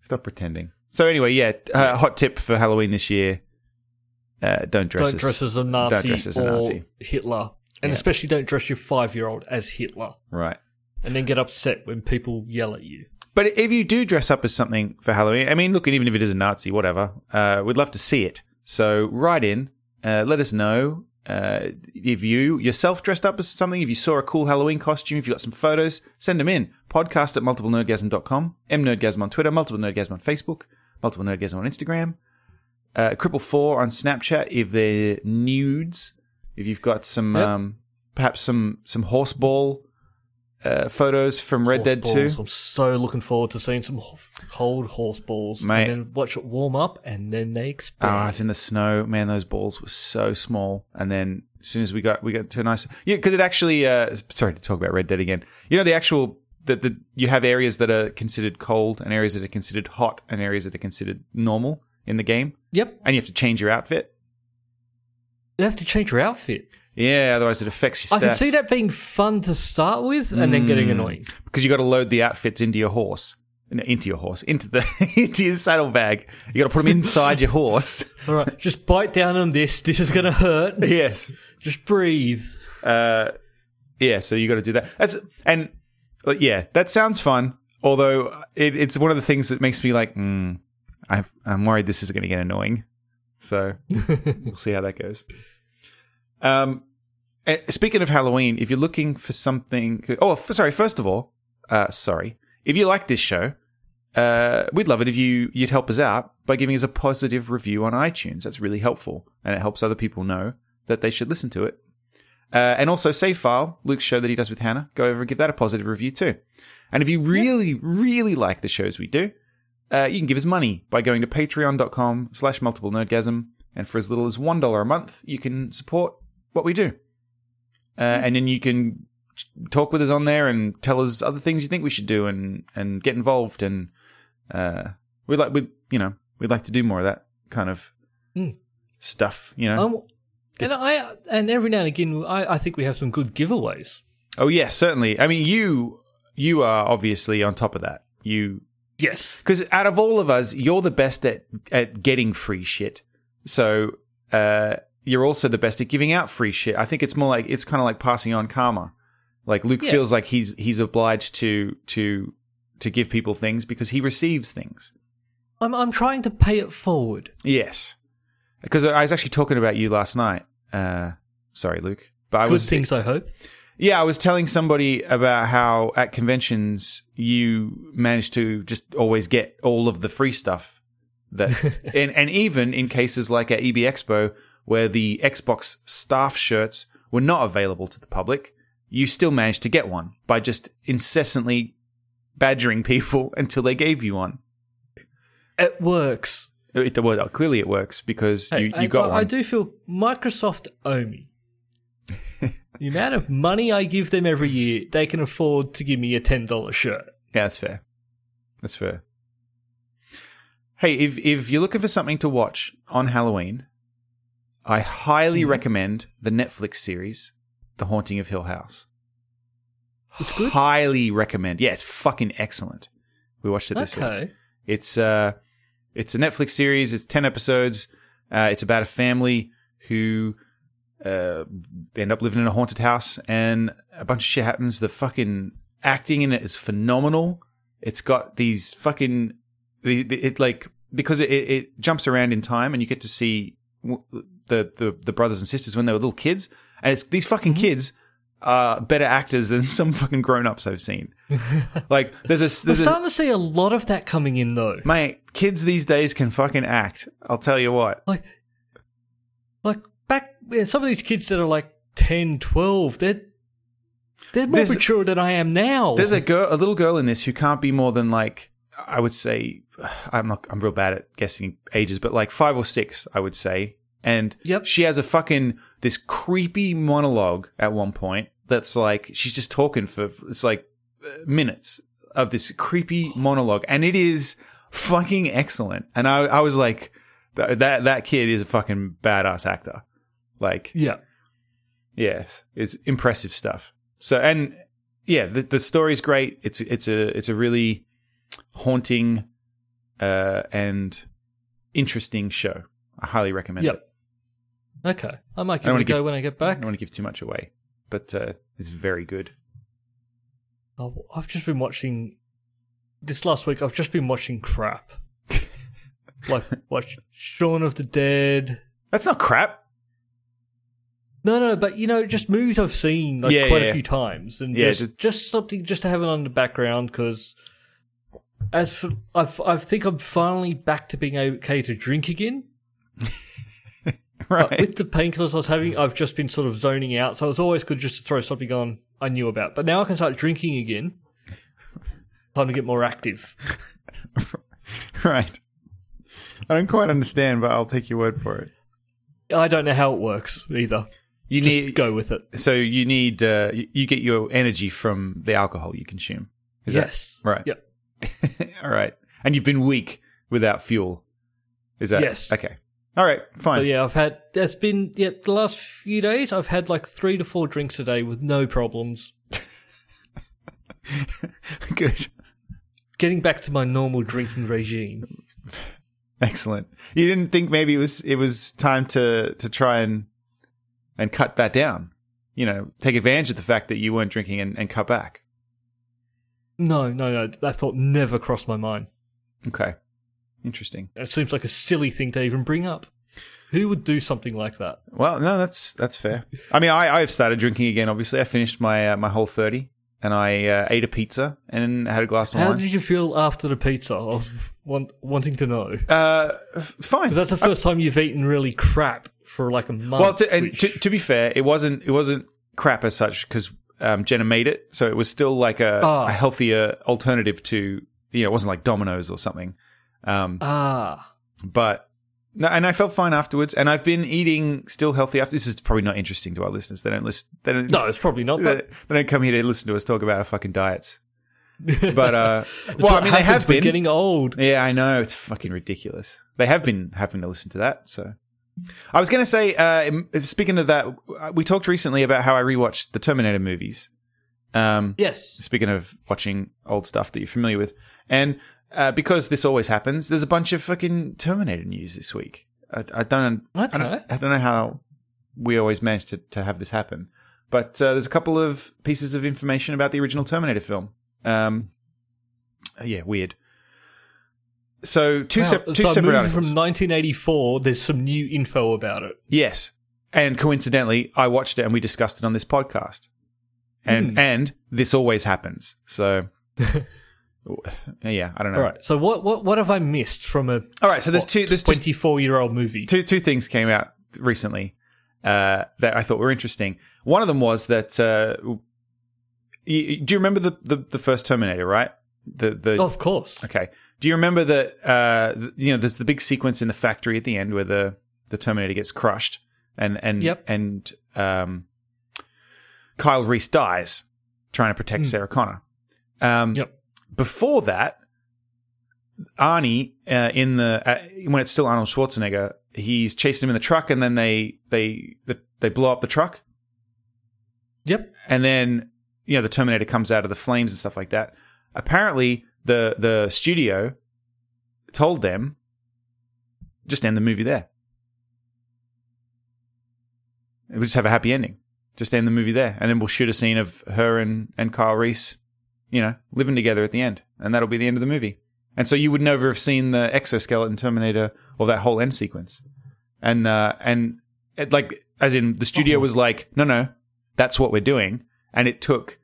S3: Stop pretending. So anyway, yeah. Uh, hot tip for Halloween this year: uh, don't dress.
S2: don't dress as a Nazi
S3: Don't dress as a
S2: or
S3: Nazi.
S2: Hitler, and
S3: Yeah.
S2: especially don't dress your five-year-old as Hitler,
S3: Right.
S2: and then get upset when people yell at you.
S3: But if you do dress up as something for Halloween, I mean, look, and even if it is a Nazi, whatever, uh, we'd love to see it. So write in, uh, let us know uh, if you yourself dressed up as something, if you saw a cool Halloween costume, if you got some photos, send them in. Podcast at multiplenerdgasm.com, mnerdgasm on Twitter, multiple nerdgasm on Facebook, multiple nerdgasm on Instagram, uh, Cripple4 on Snapchat if they're nudes, if you've got some,
S2: Yep.
S3: um, perhaps some, some horseball uh, photos from Red
S2: Horse
S3: Dead 2.
S2: balls. I'm so looking forward to seeing some ho- cold horse balls,
S3: Mate.
S2: and then watch it warm up, and then they
S3: Oh,
S2: explode.
S3: it's in the snow, man. Those balls were so small, and then as soon as we got we got to a nice yeah, because it actually uh, sorry to talk about Red Dead again. You know the actual that the you have areas that are considered cold and areas that are considered hot and areas that are considered normal in the game,
S2: yep,
S3: and you have to change your outfit.
S2: you have to change your outfit.
S3: Yeah, otherwise it affects your stats. Hmm.
S2: I can see that being fun to start with, and then getting annoying.
S3: because you got to load the outfits into your horse, no, into your horse, into the *laughs* into your saddlebag. You got to put them inside
S2: *laughs*
S3: your horse.
S2: All right, just bite down on this. This is gonna hurt.
S3: Yes.
S2: Just breathe.
S3: uh, yeah, so you got to do that. That's and like, yeah, that sounds fun. Although it, it's one of the things that makes me like, mm, I, I'm worried this is going to get annoying. So we'll see how that goes. Um, eh, speaking of Halloween, if you're looking for something, oh, f- sorry. First of all, uh, sorry. If you like this show, uh, we'd love it if you you'd help us out by giving us a positive review on iTunes. That's really helpful, and it helps other people know that they should listen to it. Uh, and also Save File, Luke's show that he does with Hannah. Go over and give that a positive review too. And if you really, really like the shows we do, uh, you can give us money by going to patreon.com slash multiple nerdgasm. And for as little as $1 a month, you can support what we do. Uh, And then you can talk with us on there and tell us other things you think we should do and, and get involved. And uh, we'd like, we you know, we'd like to do more of that kind of
S2: Mm.
S3: stuff, you know?
S2: Um, and I and every now and again, I, I think we have some good giveaways.
S3: Oh yes, certainly. I mean, you you are obviously on top of that. You
S2: Yes,
S3: because out of all of us, you're the best at at getting free shit. So uh, you're also the best at giving out free shit. I think it's more like it's kind of like passing on karma. Like Luke
S2: Yeah.
S3: feels like he's he's obliged to to to give people things because he receives things.
S2: I'm I'm trying to pay it forward.
S3: Yes, because I was actually talking about you last night. Uh, sorry, Luke, but I
S2: Good
S3: was
S2: things, I hope.
S3: Yeah, I was telling somebody about how at conventions you manage to just always get all of the free stuff that
S2: *laughs*
S3: and and even in cases like at EB Expo where the Xbox staff shirts were not available to the public, you still managed to get one by just incessantly badgering *laughs* people until they gave you one.
S2: It works.
S3: It, well, clearly it works because you,
S2: I,
S3: you got
S2: I,
S3: one.
S2: I do feel Microsoft owe
S3: *laughs*
S2: me. the amount of money I give them every year, they can afford to give me a ten dollar shirt.
S3: Yeah, that's fair. That's fair. Hey, if if you're looking for something to watch on Halloween, I highly
S2: Mm-hmm.
S3: recommend the Netflix series The Haunting of Hill House.
S2: It's good.
S3: Highly recommend. Yeah, it's fucking excellent. We watched it this week.
S2: Okay.
S3: It's uh it's a Netflix series, it's 10 episodes. Uh, it's about a family who uh, end up living in a haunted house and a bunch of shit happens. The fucking acting in it is phenomenal. It's got these fucking the, the it like because it, it it jumps around in time and you get to see w- the the the brothers and sisters when they were little kids and it's these fucking kids are better actors than *laughs* some fucking grown ups I've seen. like there's a
S2: I'm
S3: there's a
S2: starting to see a lot of that coming in though.
S3: Mate, kids these days can fucking act. I'll tell you what.
S2: like like back yeah, some of these kids that are like 10 12 they're they're more
S3: There's-
S2: mature than i am now
S3: There's a girl, a little girl in this who can't be more than like I would say *sighs* I'm not I'm real bad at guessing ages, but like 5 or 6, I would say. And
S2: Yep.
S3: she has a fucking this creepy monologue at one point that's like she's just talking for it's like uh, minutes of this creepy monologue, and it is fucking excellent. And I, I was like, th- that that kid is a fucking badass actor. Like,
S2: Yeah.
S3: yes, it's impressive stuff. So, and yeah, the the story's great. It's it's a it's a really haunting uh, and interesting show. I highly recommend it.
S2: Yep. Okay. I might
S3: I
S2: give it
S3: wanna
S2: a go
S3: give-
S2: when I get
S3: I
S2: back.
S3: don't want to give too much away, but uh, it's very good.
S2: Oh, I've just been watching this last week. I've just been watching
S3: *laughs*
S2: crap, like watch Shaun of the Dead.
S3: That's not crap. *laughs*
S2: No, no, but you know, just movies I've seen like
S3: Yeah,
S2: quite
S3: yeah,
S2: a few
S3: yeah.
S2: times, and
S3: Yeah,
S2: just,
S3: just-
S2: just something just to have it on the background because as for, I've, I think I'm finally back to being okay to drink again. But
S3: Right.
S2: with the painkillers I was having, I've just been sort of zoning out, so it's always good just to throw something on I knew about. But now I can start drinking again. Time to get more active.
S3: right. I don't quite understand, but I'll take your word for it.
S2: I don't know how it works either.
S3: You
S2: Just
S3: need
S2: go with it.
S3: so you need uh, you, you get your energy from the alcohol you consume. Is that-
S2: yes.
S3: right.
S2: Yep.
S3: all right. And you've been weak without fuel. Is that
S2: Yes.
S3: Okay. All right. Fine.
S2: But yeah, I've had that's been yeah, the last few days I've had like three to four drinks a day with no problems.
S3: *laughs* Good.
S2: Getting back to my normal drinking regime.
S3: Excellent. You didn't think maybe it was it was time to to try and and cut that down. You know, take advantage of the fact that you weren't drinking and, and cut back.
S2: No, no, no. That thought never crossed my mind.
S3: Okay. Interesting.
S2: It seems like a silly thing to even bring up. Who would do something like that?
S3: Well, no, that's that's fair. I mean, I I've started drinking again. Obviously, I finished my uh, my whole thirty, and I uh, ate a pizza and had a glass of
S2: How
S3: wine.
S2: did you feel after the pizza? I was want, wanting to know.
S3: uh, f- fine.
S2: 'Cause that's the first time you've eaten really crap for like a month.
S3: well, to, and
S2: which-
S3: to, to be fair, it wasn't it wasn't crap as such because um, Jenna made it, so it was still like a,
S2: Ah.
S3: a healthier alternative to you know it wasn't like Domino's or something. Um,
S2: ah,
S3: but no, and I felt fine afterwards. And I've been eating still healthy. After this is probably not interesting to our listeners. They don't listen. They don't.
S2: no, it's probably not.
S3: they,
S2: But
S3: don't- they don't come here to listen to us talk about our fucking diets. But uh, *laughs* well, I
S2: what
S3: mean, they
S2: happens
S3: have
S2: when
S3: been.
S2: getting old.
S3: yeah, I know it's fucking ridiculous. They have been having to listen to that. So, I was going to say, uh, im- speaking of that, uh, we talked recently about how I rewatched the Terminator movies. Um,
S2: Yes.
S3: speaking of watching old stuff that you're familiar with, and uh, because this always happens, there's a bunch of fucking Terminator news this week. I, I don't, I
S2: Okay.
S3: don't, I don't know how we always manage to, to have this happen, but uh, there's a couple of pieces of information about the original Terminator film. Um, yeah, weird. So two,
S2: Wow,
S3: sep- two
S2: so a
S3: separate
S2: movie
S3: articles.
S2: from 1984. There's some new info about it.
S3: Yes. And coincidentally, I watched it and we discussed it on this podcast. And and this always happens. So yeah, I don't know.
S2: All right. So what what what have I missed from a
S3: All right, so there's two there's just
S2: 24 year old movie?
S3: two two things came out recently uh, that I thought were interesting. One of them was that uh, y- y- do you remember the, the, the first Terminator, right? The the
S2: Of course.
S3: Okay. Do you remember that? Uh, th- you know, there's the big sequence in the factory at the end where the, the Terminator gets crushed, and and
S2: Yep.
S3: and um, Kyle Reese dies trying to protect Sarah Connor. Um,
S2: Hmm. Yep.
S3: Before that, Arnie uh, in the uh, when it's still Arnold Schwarzenegger, he's chasing him in the truck, and then they they the, they blow up the truck,
S2: Yep.
S3: and then you know the Terminator comes out of the flames and stuff like that. Apparently, the the studio told them just end the movie there. We just have a happy ending. Just end the movie there, and then we'll shoot a scene of her and and Kyle Reese, you know, living together at the end, and that'll be the end of the movie. And so you would never have seen the exoskeleton Terminator or that whole end sequence. And uh, and it, like as in the studio was like, no, no, that's what we're doing, and it took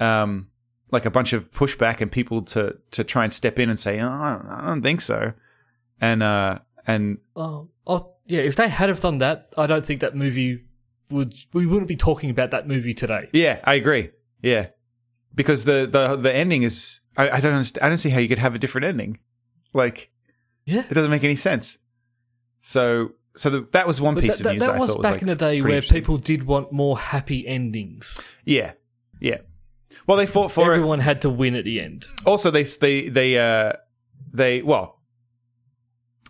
S3: um, like a bunch of pushback and people to to try and step in and say, oh, I don't think so, and uh, and
S2: Oh, oh, yeah. If they had have done that, I don't think that movie would. We wouldn't be talking about that movie today.
S3: yeah, I agree, yeah, because the the the ending is I, I don't understand, I don't see how you could have a different ending, like
S2: Yeah.
S3: it doesn't make any sense. So so the, that was one
S2: But
S3: piece
S2: that,
S3: of
S2: that,
S3: news
S2: that
S3: I
S2: was
S3: thought was
S2: back
S3: like
S2: in the day
S3: pretty
S2: where
S3: interesting.
S2: people did want more happy endings.
S3: Yeah, yeah. Well, they fought for it.
S2: Everyone had to win at the end.
S3: also they they they uh they well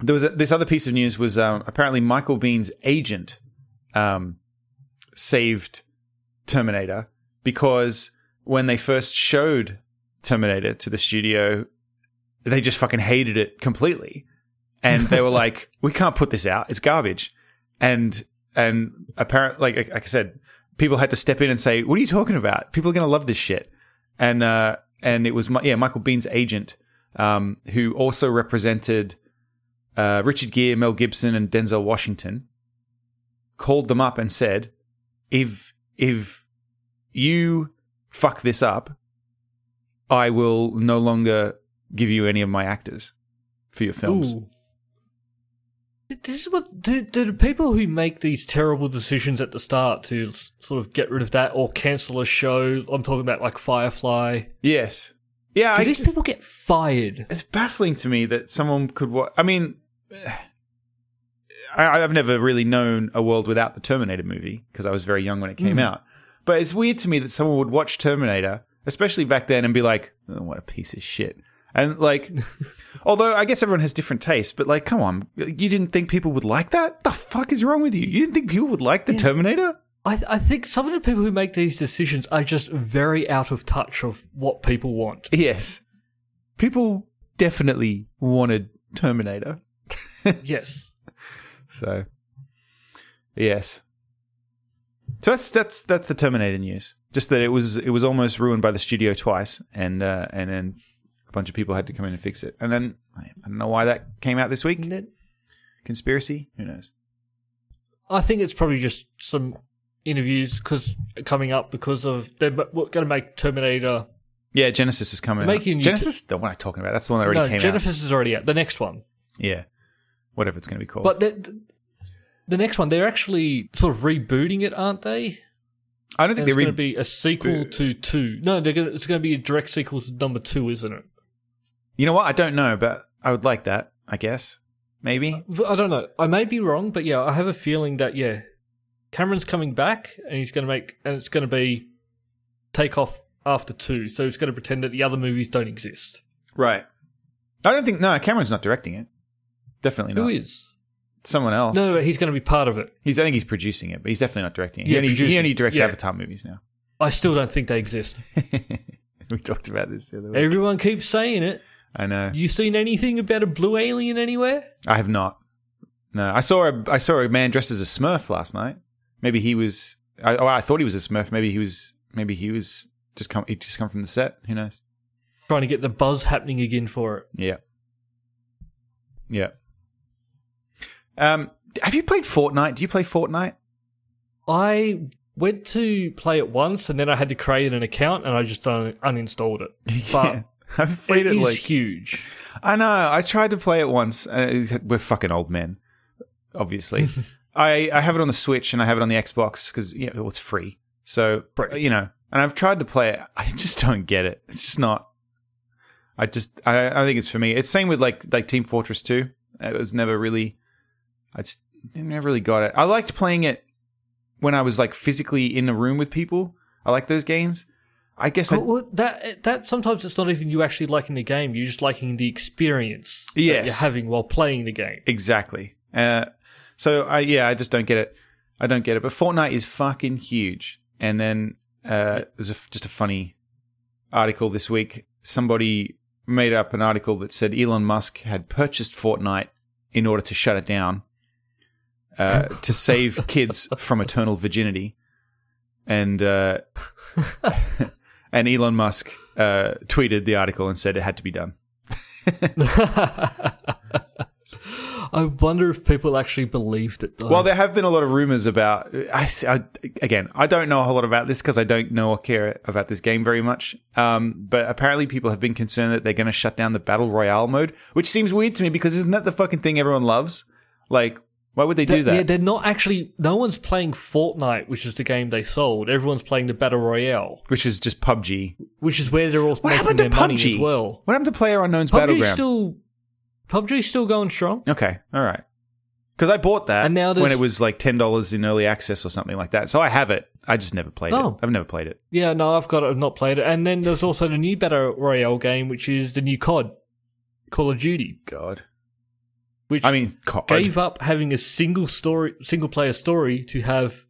S3: there was a, this other piece of news was um, apparently Michael Bean's agent um saved Terminator because when they first showed Terminator to the studio they just fucking hated it completely and they were like we can't put this out it's garbage and and apparently like like I said people had to step in and say what are you talking about people are going to love this shit and uh, and it was Mi- yeah Michael Bean's agent um, who also represented uh, Richard Gere, Mel Gibson, and Denzel Washington called them up and said, if if you fuck this up, I will no longer give you any of my actors for your films.
S2: Ooh. Th- This is what do, do the people who make these terrible decisions at the start to s- sort of get rid of that or cancel a show. I'm talking about like Firefly. Do
S3: Yes, yeah. I
S2: these
S3: just-
S2: people get fired?
S3: it's baffling to me that someone could watch. I mean, I, I've never really known a world without the Terminator movie because I was very young when it
S2: Hmm.
S3: came out. But it's weird to me that someone would watch Terminator, especially back then, and be like, oh, "What a piece of shit."
S2: *laughs*
S3: And like, although I guess everyone has different tastes, but like, come on, you didn't think people would like that? The fuck is wrong with you? You didn't think people would like the Terminator?
S2: I, I think some of the people who make these decisions are just very out of touch of what people want.
S3: Yes, people definitely wanted Terminator.
S2: yes.
S3: So, yes. So that's that's that's the Terminator news. Just that it was it was almost ruined by the studio twice, and uh, and then a bunch of people had to come in and fix it. And then I don't know why that came out this week.
S2: And then-
S3: Conspiracy? Who knows?
S2: I think it's probably just some interviews because coming up because of they're going to make Terminator.
S3: Yeah, Genesis is coming.
S2: Making
S3: out.
S2: you-
S3: Genesis? the one I'm talking about. That's the one that already
S2: no,
S3: came out.
S2: Genesis is already out. The next one,
S3: Yeah, whatever it's going to be called.
S2: but the, the next one they're actually sort of rebooting it, aren't they?
S3: I don't
S2: And
S3: think
S2: it's
S3: they're re-
S2: going to be a sequel to two. No, they're gonna, it's going to be a direct sequel to number two, isn't it?
S3: You know what? I don't know, but I would like that. I guess maybe.
S2: V- I don't know. I may be wrong, but yeah, I have a feeling that yeah, Cameron's coming back and he's going to make and it's going to be take off after two. So it's going to pretend that the other movies don't exist.
S3: Right. I don't think. No, Cameron's not directing it. Definitely not.
S2: Who is?
S3: Someone else.
S2: No, he's going to be part of it.
S3: He's, I think he's producing it, but he's definitely not directing it.
S2: Yeah,
S3: he, only, he
S2: producing.
S3: only directs
S2: Yeah.
S3: Avatar movies now. *laughs*
S2: I still don't think they exist.
S3: we talked about this the other week.
S2: Everyone keeps saying it.
S3: I know.
S2: You seen anything about a blue alien anywhere?
S3: I have not. No, I saw a I saw a man dressed as a Smurf last night. Maybe he was. I, oh, I thought he was a Smurf. Maybe he was. Maybe he was just come. He just come from the set. Who knows?
S2: Trying to get the buzz happening again for it.
S3: Yeah. Yeah. Um, have you played Fortnite? Do you play Fortnite? *laughs*
S2: I went to play it once and then I had to create an account and I just un- uninstalled
S3: *laughs*
S2: it. But
S3: I've played
S2: it
S3: it,
S2: is
S3: like
S2: huge.
S3: I know. I tried to play it once. Uh, we're fucking old men, obviously. I, I have it on the Switch and I have it on the Xbox because you know, it's free. So
S2: Free.
S3: you know, and I've tried to play it. I just don't get it. It's just not. I just I, I think it's for me. It's same with like like Team Fortress Two. It was never really. I just never really got it. I liked playing it when I was like physically in a room with people. I like those games. I guess I,
S2: But what- that that sometimes it's not even you actually liking the game. You're just liking the experience that
S3: Yes.
S2: you're having while playing the game. *laughs*
S3: Exactly. Uh, so I yeah, I just don't get it. I don't get it. But Fortnite is fucking huge. And then uh, there's a, just a funny article this week. Somebody made up an article that said Elon Musk had purchased Fortnite in order to shut it down uh, to save kids from eternal virginity. And uh, *laughs* and Elon Musk uh, tweeted the article and said it had to be done.
S2: I wonder if people actually believed it though.
S3: Well, there have been a lot of rumors about. I, I again, I don't know a whole lot about this because I don't know or care about this game very much. Um, but apparently, people have been concerned that they're going to shut down the battle royale mode, which seems weird to me because isn't that the fucking thing everyone loves? Like, why would they do
S2: Yeah,
S3: that?
S2: they're not actually. No one's playing Fortnite, which is the game they sold. Everyone's playing the battle royale,
S3: which is just PUBG.
S2: which is where they're all
S3: What
S2: making
S3: happened to
S2: their money
S3: PUBG?
S2: as well.
S3: What happened to Player Unknown's
S2: PUBG's
S3: Battleground?
S2: still, PUBG's still going strong.
S3: okay, all right. Because I bought that
S2: And now there's-
S3: when it was like ten dollars in early access or something like that. So I have it. I just never played
S2: Oh.
S3: it. I've never played it.
S2: Yeah, no, I've got it. I've not played it. And then there's also the new Battle Royale game, which is the new COD, Call of Duty,
S3: God.
S2: which
S3: I mean, God.
S2: gave up having a single story, single player story to have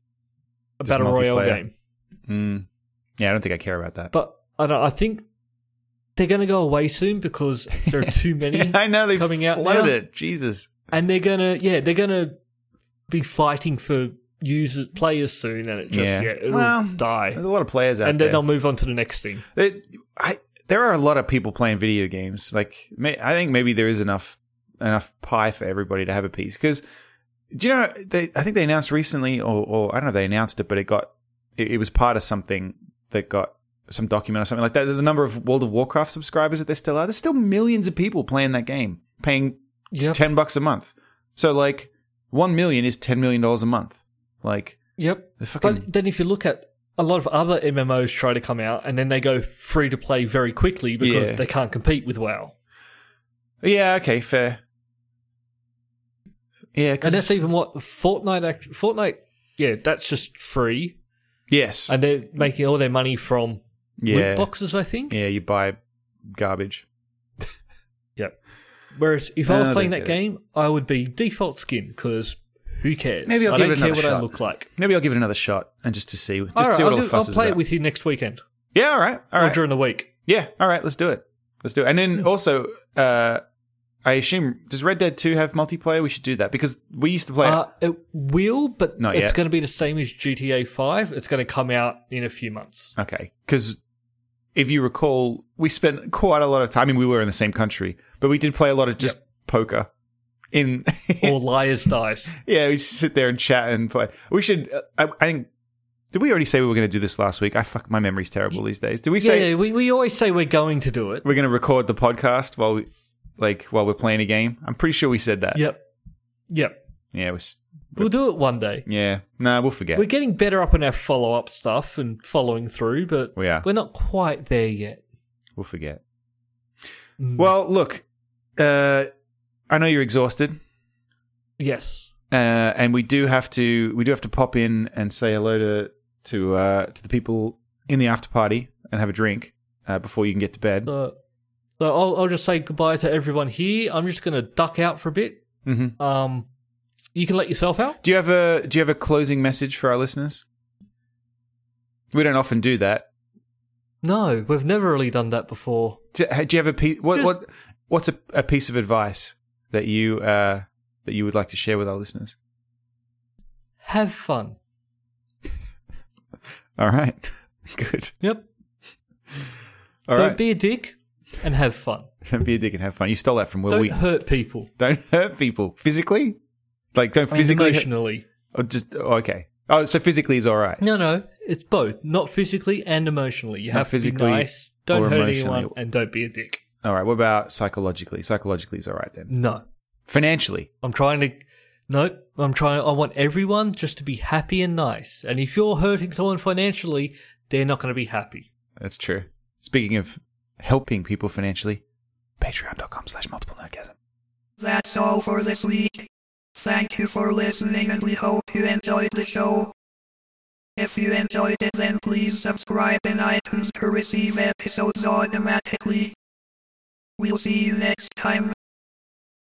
S2: a
S3: Just
S2: Battle Royale
S3: multiplayer.
S2: game.
S3: Mm. Yeah, I don't think I care about that.
S2: But I don't. I think they're going to go away soon because there are
S3: *laughs*
S2: too many,
S3: I know they
S2: coming out
S3: flooded
S2: now.
S3: it. Jesus.
S2: and they're going to yeah, they're going to be fighting for user players soon, and it just yeah,
S3: Yeah.
S2: it'll
S3: Well, There's
S2: die,
S3: a lot of players out
S2: and
S3: there.
S2: then they'll move on to the next thing.
S3: It, I, there are a lot of people playing video games. Like, may, I think maybe there is enough enough pie for everybody to have a piece. Because do you know? They, I think they announced recently, or, or I don't know, if they announced it, but it got it, it was part of something that got some document or something like that. The number of World of Warcraft subscribers that there still are. There's still millions of people playing that game, paying
S2: Yep.
S3: ten bucks a month. So like, one million is ten million dollars a month. Like,
S2: Yep.
S3: the fucking
S2: But then if you look at a lot of other MMOs try to come out and then they go free to play very quickly because
S3: Yeah.
S2: they can't compete with WoW.
S3: yeah, okay, fair. Yeah,
S2: And that's
S3: because
S2: even what Fortnite act- Fortnite yeah, that's just free
S3: yes,
S2: and they're making all their money from
S3: yeah,
S2: loot boxes, I think.
S3: Yeah, you buy garbage.
S2: Yep. Whereas if I
S3: No,
S2: was
S3: I
S2: playing
S3: don't
S2: that
S3: get it.
S2: game, I would be default skin because who cares?
S3: Maybe I'll
S2: I don't
S3: give it
S2: care
S3: another
S2: what I
S3: shot.
S2: look like.
S3: Maybe I'll give it another shot and just to see, just
S2: All right,
S3: see what
S2: I'll,
S3: all the
S2: do- I'll
S3: fuss is
S2: play it
S3: about.
S2: with you next weekend
S3: yeah, all right, all
S2: or
S3: right.
S2: during the week.
S3: yeah, all right. Let's do it. Let's do it. And then also, uh, I assume does Red Dead Two have multiplayer? We should do that because we used to play.
S2: Uh, it will, but
S3: Not
S2: it's
S3: yet.
S2: going to be the same as GTA 5. It's going to come out in a few months.
S3: it. Okay, because if you recall, we spent quite a lot of time. I mean, we were in the same country, but we did play a lot of just poker. In *laughs*
S2: or liar's dice.
S3: yeah, we just sit there and chat and play. We should. Uh, I, I think. Did we already say we were going to do this last week? I fuck. My memory's terrible these days. Did we
S2: Yeah,
S3: say?
S2: yeah, we, we always say we're going to do it.
S3: we're going to record the podcast while we like while we're playing a game. I'm pretty sure we said that.
S2: Yep. Yep.
S3: Yeah. We, s-
S2: We'll do it one day.
S3: yeah. Nah, we'll forget.
S2: We're getting better up on our follow up stuff and following through, but
S3: We are.
S2: we're not quite there yet.
S3: we'll forget. Well, look. Uh, I know you're exhausted,
S2: Yes.
S3: uh, and we do have to we do have to pop in and say hello to to uh, to the people in the after party and have a drink uh, before you can get to bed.
S2: So, so I'll, I'll just say goodbye to everyone here. I'm just going to duck out for a bit.
S3: Mhm.
S2: Um, you can let yourself out.
S3: Do you have a Do you have a closing message for our listeners? We don't often do that.
S2: No, we've never really done that before.
S3: Do, do you have a piece? What,
S2: Just-
S3: what what's a, a piece of advice that you uh, that you would like to share with our listeners?
S2: Have fun.
S3: All right, *laughs* good.
S2: Yep.
S3: All
S2: Don't
S3: right. *laughs*
S2: be a dick and have fun.
S3: Don't be a dick and have fun. You stole that from Will
S2: Don't
S3: *laughs* Wheaton.
S2: hurt people
S3: Don't hurt people physically, like don't
S2: and
S3: physically.
S2: emotionally.
S3: Or just oh, okay. Oh, so physically is all right.
S2: No, no, it's both. Not physically and emotionally. You
S3: Not
S2: have to be
S3: physically
S2: nice. Don't
S3: or
S2: hurt
S3: emotionally.
S2: anyone and don't be a dick.
S3: All right. What about psychologically? Psychologically is all right then.
S2: No,
S3: Financially,
S2: I'm trying to. No, I'm trying. I want everyone just to be happy and nice. And if you're hurting someone financially, they're not going to be happy.
S3: that's true. Speaking of helping people financially, Patreon.com/slash multiple nerdgasm.
S4: That's all for this week. Thank you for listening and we hope you enjoyed the show. If you enjoyed it then please subscribe in iTunes to receive episodes automatically. We'll see you next time.